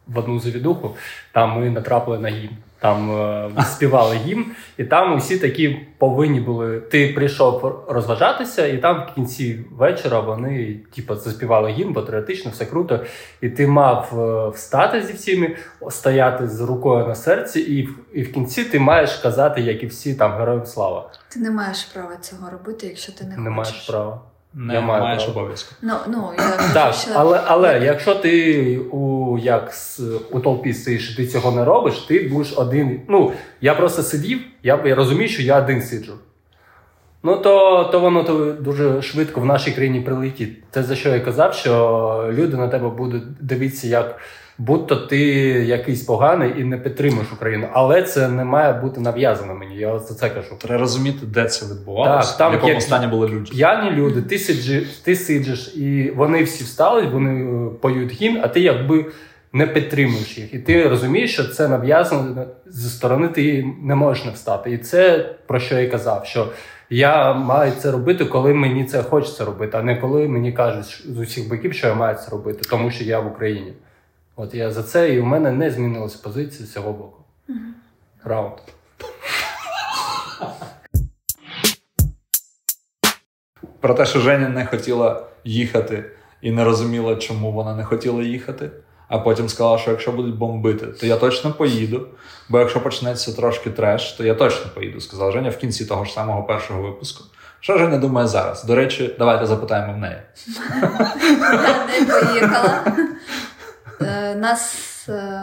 Speaker 3: в одну завідуху, там ми натрапили на гімн. Там е, співали гімн, і там усі такі повинні були. Ти прийшов розважатися, і там в кінці вечора вони, типу, заспівали гімн, патріотично, все круто. І ти мав е, встати зі всіми, стояти з рукою на серці, і, в- і в кінці ти маєш казати, як і всі там героям слава.
Speaker 1: Ти не маєш права цього робити, якщо ти не,
Speaker 3: Не
Speaker 1: хочеш.
Speaker 3: маєш права.
Speaker 2: Не
Speaker 3: Я маю
Speaker 2: маєш
Speaker 3: право.
Speaker 2: обов'язку.
Speaker 1: Ну, ну я кажу,
Speaker 3: Так,
Speaker 1: що
Speaker 3: але, але якщо ти у, як, с- у толпі стоїш, і ти цього не робиш, ти будеш один. Ну, я просто сидів, я, я розумію, що я один сиджу. Ну, то, то воно то дуже швидко в нашій країні прилетить. Це за що я казав, що люди на тебе будуть дивитися, як будто ти якийсь поганий і не підтримуєш Україну. Але це не має бути нав'язано мені. Я за це кажу.
Speaker 2: Треба розуміти, де це відбувалося,
Speaker 3: Так, там
Speaker 2: в якому
Speaker 3: є-
Speaker 2: стані були люди.
Speaker 3: П'яні люди, ти сиджиш, ти сиджиш, і вони всі встали, вони е, поють гімн, а ти якби не підтримуєш їх. І ти розумієш, що це нав'язано зі сторони, ти не можеш не встати. І це про що я й казав: що Я маю це робити, коли мені це хочеться робити, а не коли мені кажуть з усіх боків, що я маю це робити, тому що я в Україні. От я за це, і у мене не змінилася позиція з цього боку. Раунд.
Speaker 2: Про те, що Женя не хотіла їхати і не розуміла, чому вона не хотіла їхати. А потім сказала, що якщо будуть бомбити, то я точно поїду. Бо якщо почнеться трошки треш, то я точно поїду, сказала Женя в кінці того ж самого першого випуску. Що Женя думає зараз? До речі, давайте запитаємо в неї.
Speaker 1: Я не поїхала. Е, Нас е,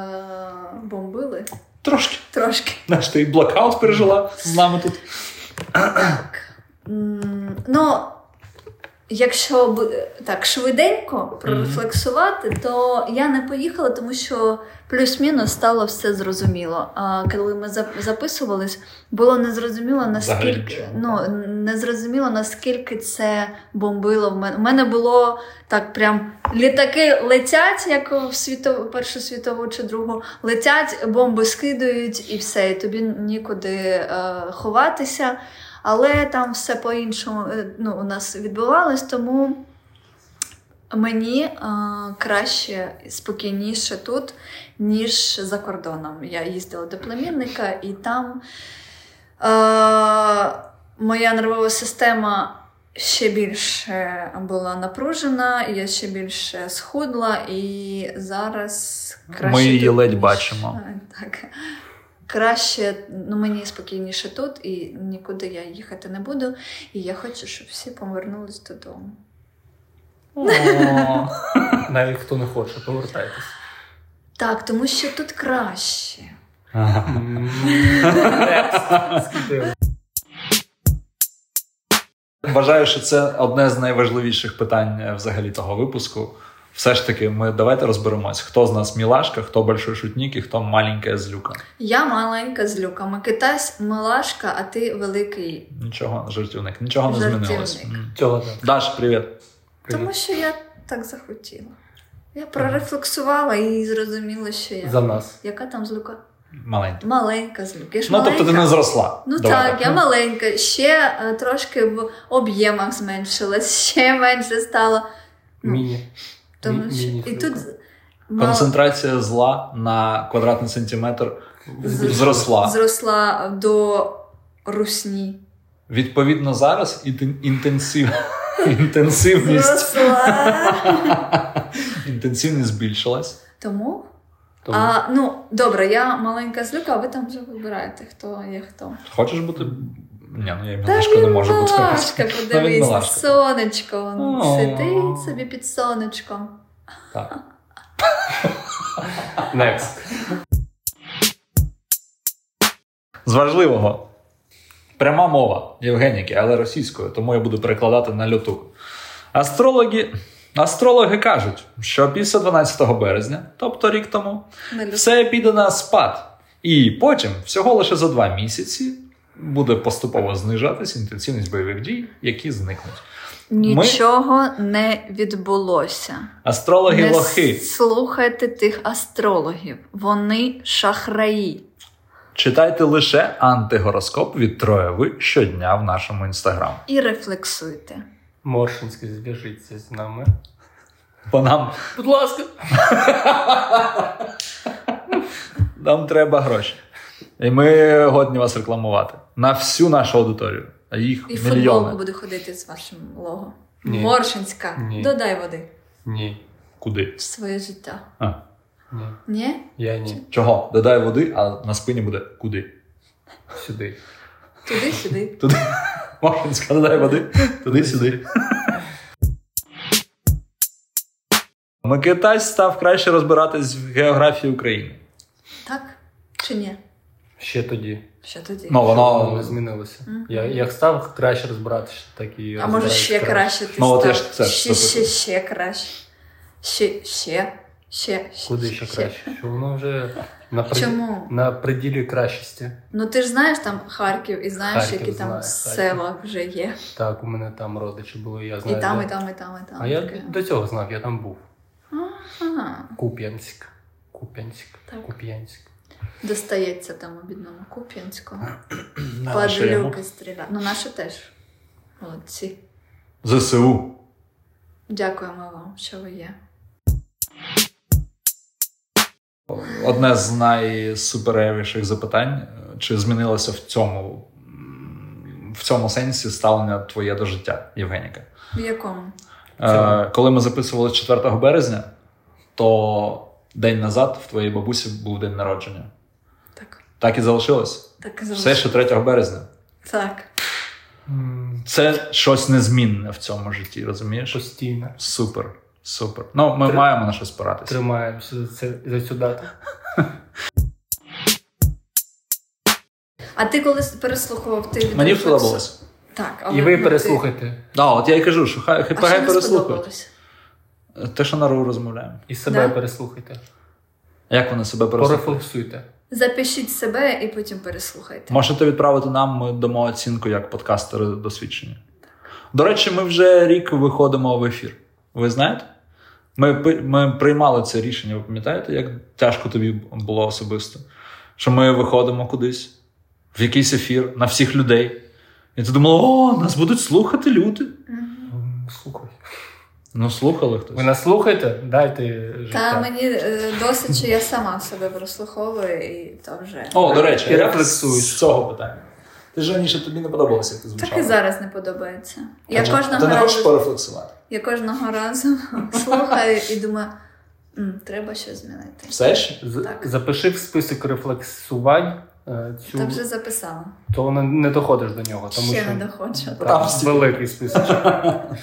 Speaker 1: бомбили
Speaker 2: Трошки,
Speaker 1: трошки.
Speaker 2: знаєш, ти і блокаут пережила з нами тут.
Speaker 1: М, Ну, якщо б так швиденько прорефлексувати, то я не поїхала, тому що плюс-мінус стало все зрозуміло. А коли ми за- записувались, було незрозуміло
Speaker 2: Взагалі
Speaker 1: наскільки ну
Speaker 2: нічого.
Speaker 1: незрозуміло наскільки це бомбило в мене. У мене було так прям літаки летять, як в світову першу світову чи другу, летять, бомби скидають і все. І тобі нікуди е, ховатися. Але там все по-іншому е, ну, у нас відбувалось, тому мені е, краще спокійніше тут, ніж за кордоном. Я їздила до племінника, і там е, моя нервова система ще більше була напружена, я ще більше схудла, і зараз краще.
Speaker 2: Ми її
Speaker 1: тут,
Speaker 2: ледь
Speaker 1: ніж-
Speaker 2: бачимо.
Speaker 1: А, Так. Краще, ну мені спокійніше тут, і нікуди я їхати не буду. І я хочу, щоб всі повернулись додому.
Speaker 3: Навіть хто не хоче, повертайтесь.
Speaker 1: Так, тому що тут краще.
Speaker 2: Вважаю, що це одне з найважливіших питань е, взагалі того випуску. Все ж таки, ми давайте розберемось, хто з нас мілашка, хто большой шутник і хто маленька злюка.
Speaker 1: Я маленька з люками. Китась милашка, а ти великий.
Speaker 2: Нічого, жартівник, нічого не
Speaker 1: Жартівник.
Speaker 2: змінилось. М.
Speaker 3: Цього так.
Speaker 2: Даш, привіт.
Speaker 1: Тому що я так захотіла. Я прорефлексувала і зрозуміла, що я.
Speaker 3: За нас.
Speaker 1: Яка там злюка?
Speaker 2: Маленька.
Speaker 1: Маленька злюка. Я ж
Speaker 2: Ну,
Speaker 1: маленька.
Speaker 2: тобто ти не зросла.
Speaker 1: Ну
Speaker 2: Давай
Speaker 1: так, я маленька, ще е, трошки в об'ємах зменшилась, ще менше стало. Ну,
Speaker 3: Міні.
Speaker 1: Тому
Speaker 3: Мі-
Speaker 1: що
Speaker 3: міні
Speaker 1: і тут
Speaker 3: злюка.
Speaker 1: мало-
Speaker 2: Концентрація зла на квадратний сантиметр
Speaker 1: З-
Speaker 2: зросла.
Speaker 1: зросла до русні.
Speaker 2: Відповідно, зараз інтен- інтенсив... інтенсивність,
Speaker 1: Зросла.
Speaker 2: інтенсивність збільшилась.
Speaker 1: Тому.
Speaker 3: Тому
Speaker 1: А, ну, добре, я маленька злюка, а ви там вже вибираєте, хто є хто.
Speaker 2: Хочеш бути. Ні, ну я
Speaker 1: Та
Speaker 2: мілашка не можу бути.
Speaker 1: милашка,
Speaker 2: Навіть
Speaker 1: подивись,
Speaker 2: милашка.
Speaker 1: сонечко. он
Speaker 2: О.
Speaker 1: Сидить собі під сонечком.
Speaker 2: Так.
Speaker 3: Next.
Speaker 2: З важливого. Пряма мова Євгеніки, але російською, тому я буду перекладати на льоту. Астрологи, астрологи кажуть, що після 12 березня, тобто рік тому,
Speaker 1: Не люблю.
Speaker 2: все піде на спад. І потім, всього лише за два місяці, буде поступово знижатися інтенсивність бойових дій, які зникнуть.
Speaker 1: Нічого не відбулося.
Speaker 2: Астрологи
Speaker 1: не
Speaker 2: лохи.
Speaker 1: слухайте тих астрологів. Вони шахраї.
Speaker 2: Читайте лише антигороскоп від Троєви щодня в нашому інстаграм.
Speaker 1: І рефлексуйте.
Speaker 3: Моршинський зв'яжіться з нами.
Speaker 2: Бо нам,
Speaker 3: Будь ласка.
Speaker 2: нам треба гроші. І ми годні вас рекламувати на всю нашу аудиторію. А їх
Speaker 1: І в футболку
Speaker 2: мільйони.
Speaker 1: буде ходити з вашим лого.
Speaker 3: Ні.
Speaker 1: Моршинська.
Speaker 3: Ні.
Speaker 1: Додай води
Speaker 3: Ні.
Speaker 2: Куди?
Speaker 1: в своє життя.
Speaker 2: А.
Speaker 3: Ні.
Speaker 1: Ні?
Speaker 3: Я ні.
Speaker 2: Чого? Додай води, а на спині буде куди?
Speaker 3: Сюди.
Speaker 1: Туди-сюди.
Speaker 2: Туди. Моршинська, додай води, туди-сюди. Микитась став краще розбиратись в географії України.
Speaker 1: Так? Чи ні?
Speaker 3: Ще тоді.
Speaker 1: Що тоді?
Speaker 2: Ну,
Speaker 3: Щоб не
Speaker 2: воно.
Speaker 3: змінилося.
Speaker 1: Мгм.
Speaker 3: Я як став краще розбиратися, так і
Speaker 1: а може
Speaker 3: розбираюсь
Speaker 1: ще краще ти
Speaker 2: Ну, от я
Speaker 1: став?
Speaker 2: ж це ж
Speaker 1: ще, ще,
Speaker 2: запитую.
Speaker 1: ще краще. Ще, ще, ще, ще.
Speaker 3: Куди ще краще? Що воно вже на, пред-
Speaker 1: Чому?
Speaker 3: на приділі кращості.
Speaker 1: Ну ти ж знаєш там Харків і знаєш,
Speaker 3: Харків
Speaker 1: які там
Speaker 3: знаю,
Speaker 1: села вже є.
Speaker 3: Так, у мене там родичі були, я
Speaker 1: І
Speaker 3: знаю.
Speaker 1: там,
Speaker 3: де-
Speaker 1: і там, і там, і там.
Speaker 3: А я
Speaker 1: таке.
Speaker 3: до цього знав, я там був.
Speaker 1: Ага.
Speaker 3: Куп'янськ. Куп'янськ.
Speaker 1: Так.
Speaker 3: Куп'янськ.
Speaker 1: Достається там у бідному Куп'янському.
Speaker 2: На, що йому?
Speaker 1: Падлюки стріля. Ну, наші теж. Молодці.
Speaker 2: ЗСУ.
Speaker 1: Дякуємо вам, що ви є.
Speaker 2: Одне з найсуперевіших запитань: чи змінилося в цьому в цьому сенсі ставлення твоє до життя, Євгеніка?
Speaker 1: В якому?
Speaker 2: Е, коли ми записували 4 березня, то день назад в твоїй бабусі був день народження.
Speaker 1: Так.
Speaker 2: Так і залишилось.
Speaker 1: Так і
Speaker 2: Все ще 3 березня.
Speaker 1: Так.
Speaker 2: Це щось незмінне в цьому житті, розумієш?
Speaker 3: Постійно.
Speaker 2: Супер. Супер. Ну, ми
Speaker 3: Три-
Speaker 2: маємо на що спиратися.
Speaker 3: Тримаємося за, це, за цю дату.
Speaker 1: А ти коли переслухував, ти відразу
Speaker 2: Мені
Speaker 1: все-
Speaker 2: сподобалось.
Speaker 1: Так,
Speaker 3: І
Speaker 1: але
Speaker 3: ви
Speaker 1: ти-
Speaker 3: переслухайте.
Speaker 2: Да, от я і кажу, що хай, хай,
Speaker 1: А що
Speaker 2: хай
Speaker 1: не
Speaker 2: переслухають.
Speaker 1: сподобалось?
Speaker 2: Те, що на РУ розмовляємо.
Speaker 3: І себе
Speaker 1: Да.
Speaker 3: переслухайте.
Speaker 2: Як вони себе переслухають?
Speaker 3: Порефлексуйте.
Speaker 1: Запишіть себе і потім переслухайте.
Speaker 2: Можете відправити нам, ми дамо оцінку як подкастери досвідчені. До речі, ми вже рік виходимо в ефір. Ви знаєте? Ми, пи- ми приймали це рішення, ви пам'ятаєте, як тяжко тобі було особисто? Що ми виходимо кудись, в якийсь ефір, на всіх людей. І ти думала, о, нас будуть слухати люди.
Speaker 1: Мгм.
Speaker 3: Слухай.
Speaker 2: Ну, слухали
Speaker 3: Ви
Speaker 2: хтось.
Speaker 3: нас слухаєте? Дайте
Speaker 1: Та
Speaker 3: життя.
Speaker 1: мені е, досить, що я сама себе прослуховую і то вже.
Speaker 2: О, до речі,
Speaker 3: І
Speaker 2: як
Speaker 3: рефлексуєш.
Speaker 2: з цього питання. Ти ж раніше тобі не подобалося, як ти звучала.
Speaker 1: Так і зараз не подобається. Я
Speaker 2: Хоча
Speaker 1: кожного
Speaker 2: Ти не хочеш
Speaker 1: разу
Speaker 2: порефлексувати?
Speaker 1: я кожного разу слухаю і думаю, «М, треба щось змінити.
Speaker 2: Все ще?
Speaker 3: З-
Speaker 1: Так.
Speaker 3: Запиши в список рефлексувань е, цю,
Speaker 1: Та вже записала.
Speaker 3: то не, не доходиш до нього, тому
Speaker 1: Ще
Speaker 3: що
Speaker 1: не доходжу.
Speaker 3: Так,
Speaker 2: Там стільки.
Speaker 3: великий список.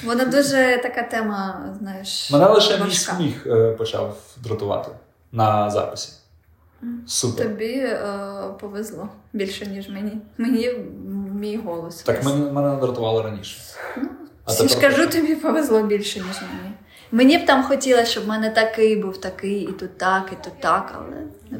Speaker 1: Вона дуже така тема, знаєш.
Speaker 2: Мене лише мій
Speaker 1: важка.
Speaker 2: сміх е, почав дратувати на записі.
Speaker 1: М.
Speaker 2: Супер.
Speaker 1: Тобі е, повезло більше, ніж мені. Мені м, мій голос.
Speaker 2: Так
Speaker 1: весь.
Speaker 2: мене, мене дратувало раніше.
Speaker 1: Ну,
Speaker 2: А
Speaker 1: Всі ж
Speaker 2: тепер
Speaker 1: кажу,
Speaker 2: точно.
Speaker 1: тобі повезло більше, ніж мені. Мені б там хотілося, щоб в мене такий був такий, і тут так, і тут так, але не,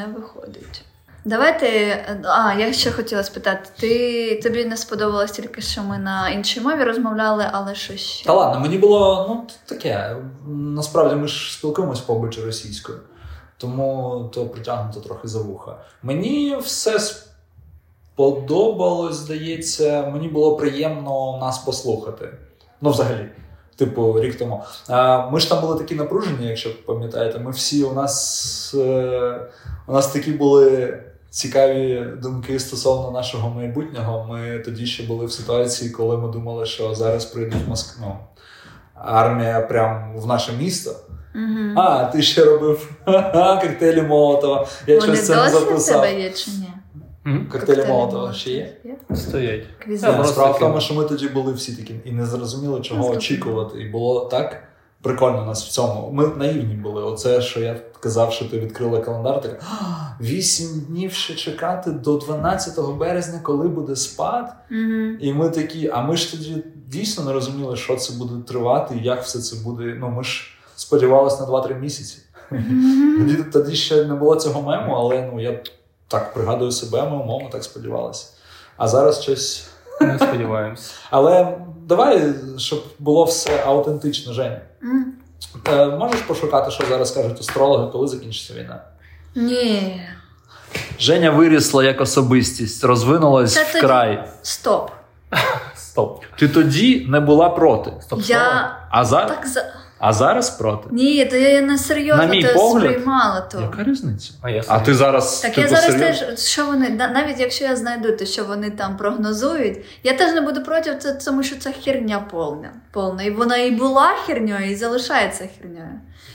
Speaker 1: не виходить. Давайте. е, А, я ще хотіла спитати: ти тобі не сподобалось тільки, що ми на іншій мові розмовляли, але що ще?
Speaker 2: Та ладно, мені було ну таке. Насправді ми ж спілкуємось по обличчю російською, тому то притягнуто трохи за вуха. Мені все сподобалось, здається, мені було приємно нас послухати. Ну, взагалі, типу, рік тому. А, ми ж там були такі напружені, якщо пам'ятаєте. Ми всі у нас, е, у нас такі були. Цікаві думки стосовно нашого майбутнього. Ми тоді ще були в ситуації, коли ми думали, що зараз прийдуть Моск... ну, армія прямо в наше місто.
Speaker 1: Мгм.
Speaker 2: А, ти ще робив коктейлі Молотова. Я
Speaker 1: Вони
Speaker 2: щось це не
Speaker 1: досі в
Speaker 2: записав.
Speaker 1: тебе є чи ні?
Speaker 3: М?
Speaker 2: Коктейлі Молотова ще є.
Speaker 3: Стоять.
Speaker 1: Квізі.
Speaker 3: Та,
Speaker 2: Ні,
Speaker 3: просто
Speaker 2: Справа в
Speaker 3: таке.
Speaker 2: тому, що ми тоді були всі такі і не зрозуміли, чого
Speaker 1: Наступне.
Speaker 2: очікувати. І було так прикольно у нас в цьому. Ми наївні були. Оце, що я казав, що ти відкрила календар, так вісім днів ще чекати до 12 березня, коли буде спад.
Speaker 1: Мгм.
Speaker 2: І ми такі, а ми ж тоді дійсно не розуміли, що це буде тривати, і як все це буде. Ну ми ж сподівалися на 2-3 місяці.
Speaker 1: Мгм.
Speaker 2: Тоді, тоді ще не було цього мему, але ну я так пригадую себе, ми умовно так сподівалися. А зараз щось.
Speaker 3: Не сподіваємось.
Speaker 2: Але давай, щоб було все аутентично, Женя.
Speaker 1: М.
Speaker 2: Е, можеш пошукати, що зараз кажуть астрологи, коли закінчиться війна?
Speaker 1: Ні.
Speaker 2: Женя вирісла як особистість, розвинулась
Speaker 1: Та тоді- вкрай. Стоп.
Speaker 3: Стоп.
Speaker 2: Ти тоді не була проти.
Speaker 3: Стоп. слово.
Speaker 1: Я
Speaker 2: А, за...
Speaker 1: так за.
Speaker 2: а зараз проти.
Speaker 1: Ні, то я не серйозно
Speaker 2: На мій
Speaker 1: те
Speaker 2: погляд,
Speaker 1: сприймала то.
Speaker 2: Яка різниця?
Speaker 3: А я
Speaker 2: А
Speaker 3: сам.
Speaker 2: ти зараз
Speaker 1: Так я
Speaker 2: типу,
Speaker 1: зараз
Speaker 2: серйозно?
Speaker 1: теж, що вони, на- навіть якщо я знайду те, що вони там прогнозують, я теж не буду проти, це- тому що це херня повна. повна. І вона і була херньою, і залишається херньою.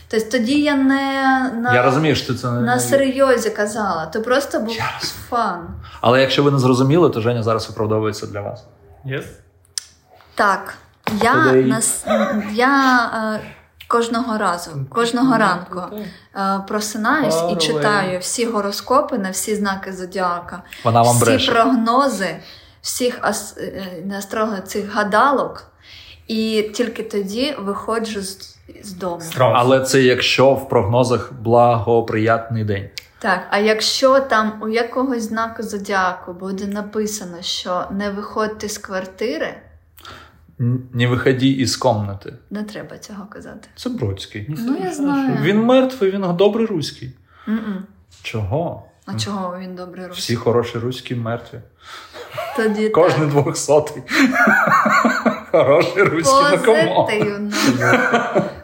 Speaker 1: Тобто тоді я не на,
Speaker 2: Я розумію, що ти це не
Speaker 1: на серйозі казала, то просто був
Speaker 2: Я
Speaker 1: фан.
Speaker 2: Але якщо ви не зрозуміли, то Женя зараз виправдовується для вас.
Speaker 3: Yes?
Speaker 1: Так, я,
Speaker 2: Туди.
Speaker 1: нас, я е, кожного разу, кожного ранку е, просинаюсь і
Speaker 3: Паралельно.
Speaker 1: читаю всі гороскопи на всі знаки зодіака.
Speaker 2: Вона вам
Speaker 1: всі
Speaker 2: бреше.
Speaker 1: прогнози всіх ас... е, не астрологів, цих гадалок, і тільки тоді виходжу з, з дому.
Speaker 3: Страус.
Speaker 2: Але це якщо в прогнозах благоприятний день.
Speaker 1: Так, а якщо там у якогось знаку зодіаку буде написано, що не виходьте з квартири,
Speaker 2: Н- Не виході із комнати.
Speaker 1: не треба цього казати.
Speaker 2: Це Бродський.
Speaker 1: Ну, я знаю.
Speaker 2: Він мертвий, він добрий руський.
Speaker 1: М-м.
Speaker 2: Чого?
Speaker 1: А чого він добре робить?
Speaker 2: Всі хороші руські мертві.
Speaker 1: Тоді
Speaker 2: Кожний
Speaker 1: так.
Speaker 2: двохсотий. Хороший руський накомон.
Speaker 1: Позитивно.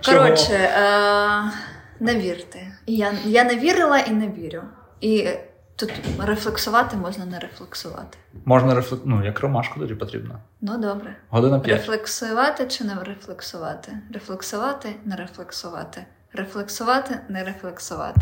Speaker 1: Коротше, е, не вірте. І Я, я не вірила і не вірю. І тут рефлексувати можна не рефлексувати.
Speaker 2: Можна рефлек... Ну, як ромашку тоді потрібно.
Speaker 1: Ну добре.
Speaker 2: Година п'ять.
Speaker 1: Рефлексувати чи не рефлексувати? Рефлексувати, не рефлексувати. Рефлексувати, не рефлексувати.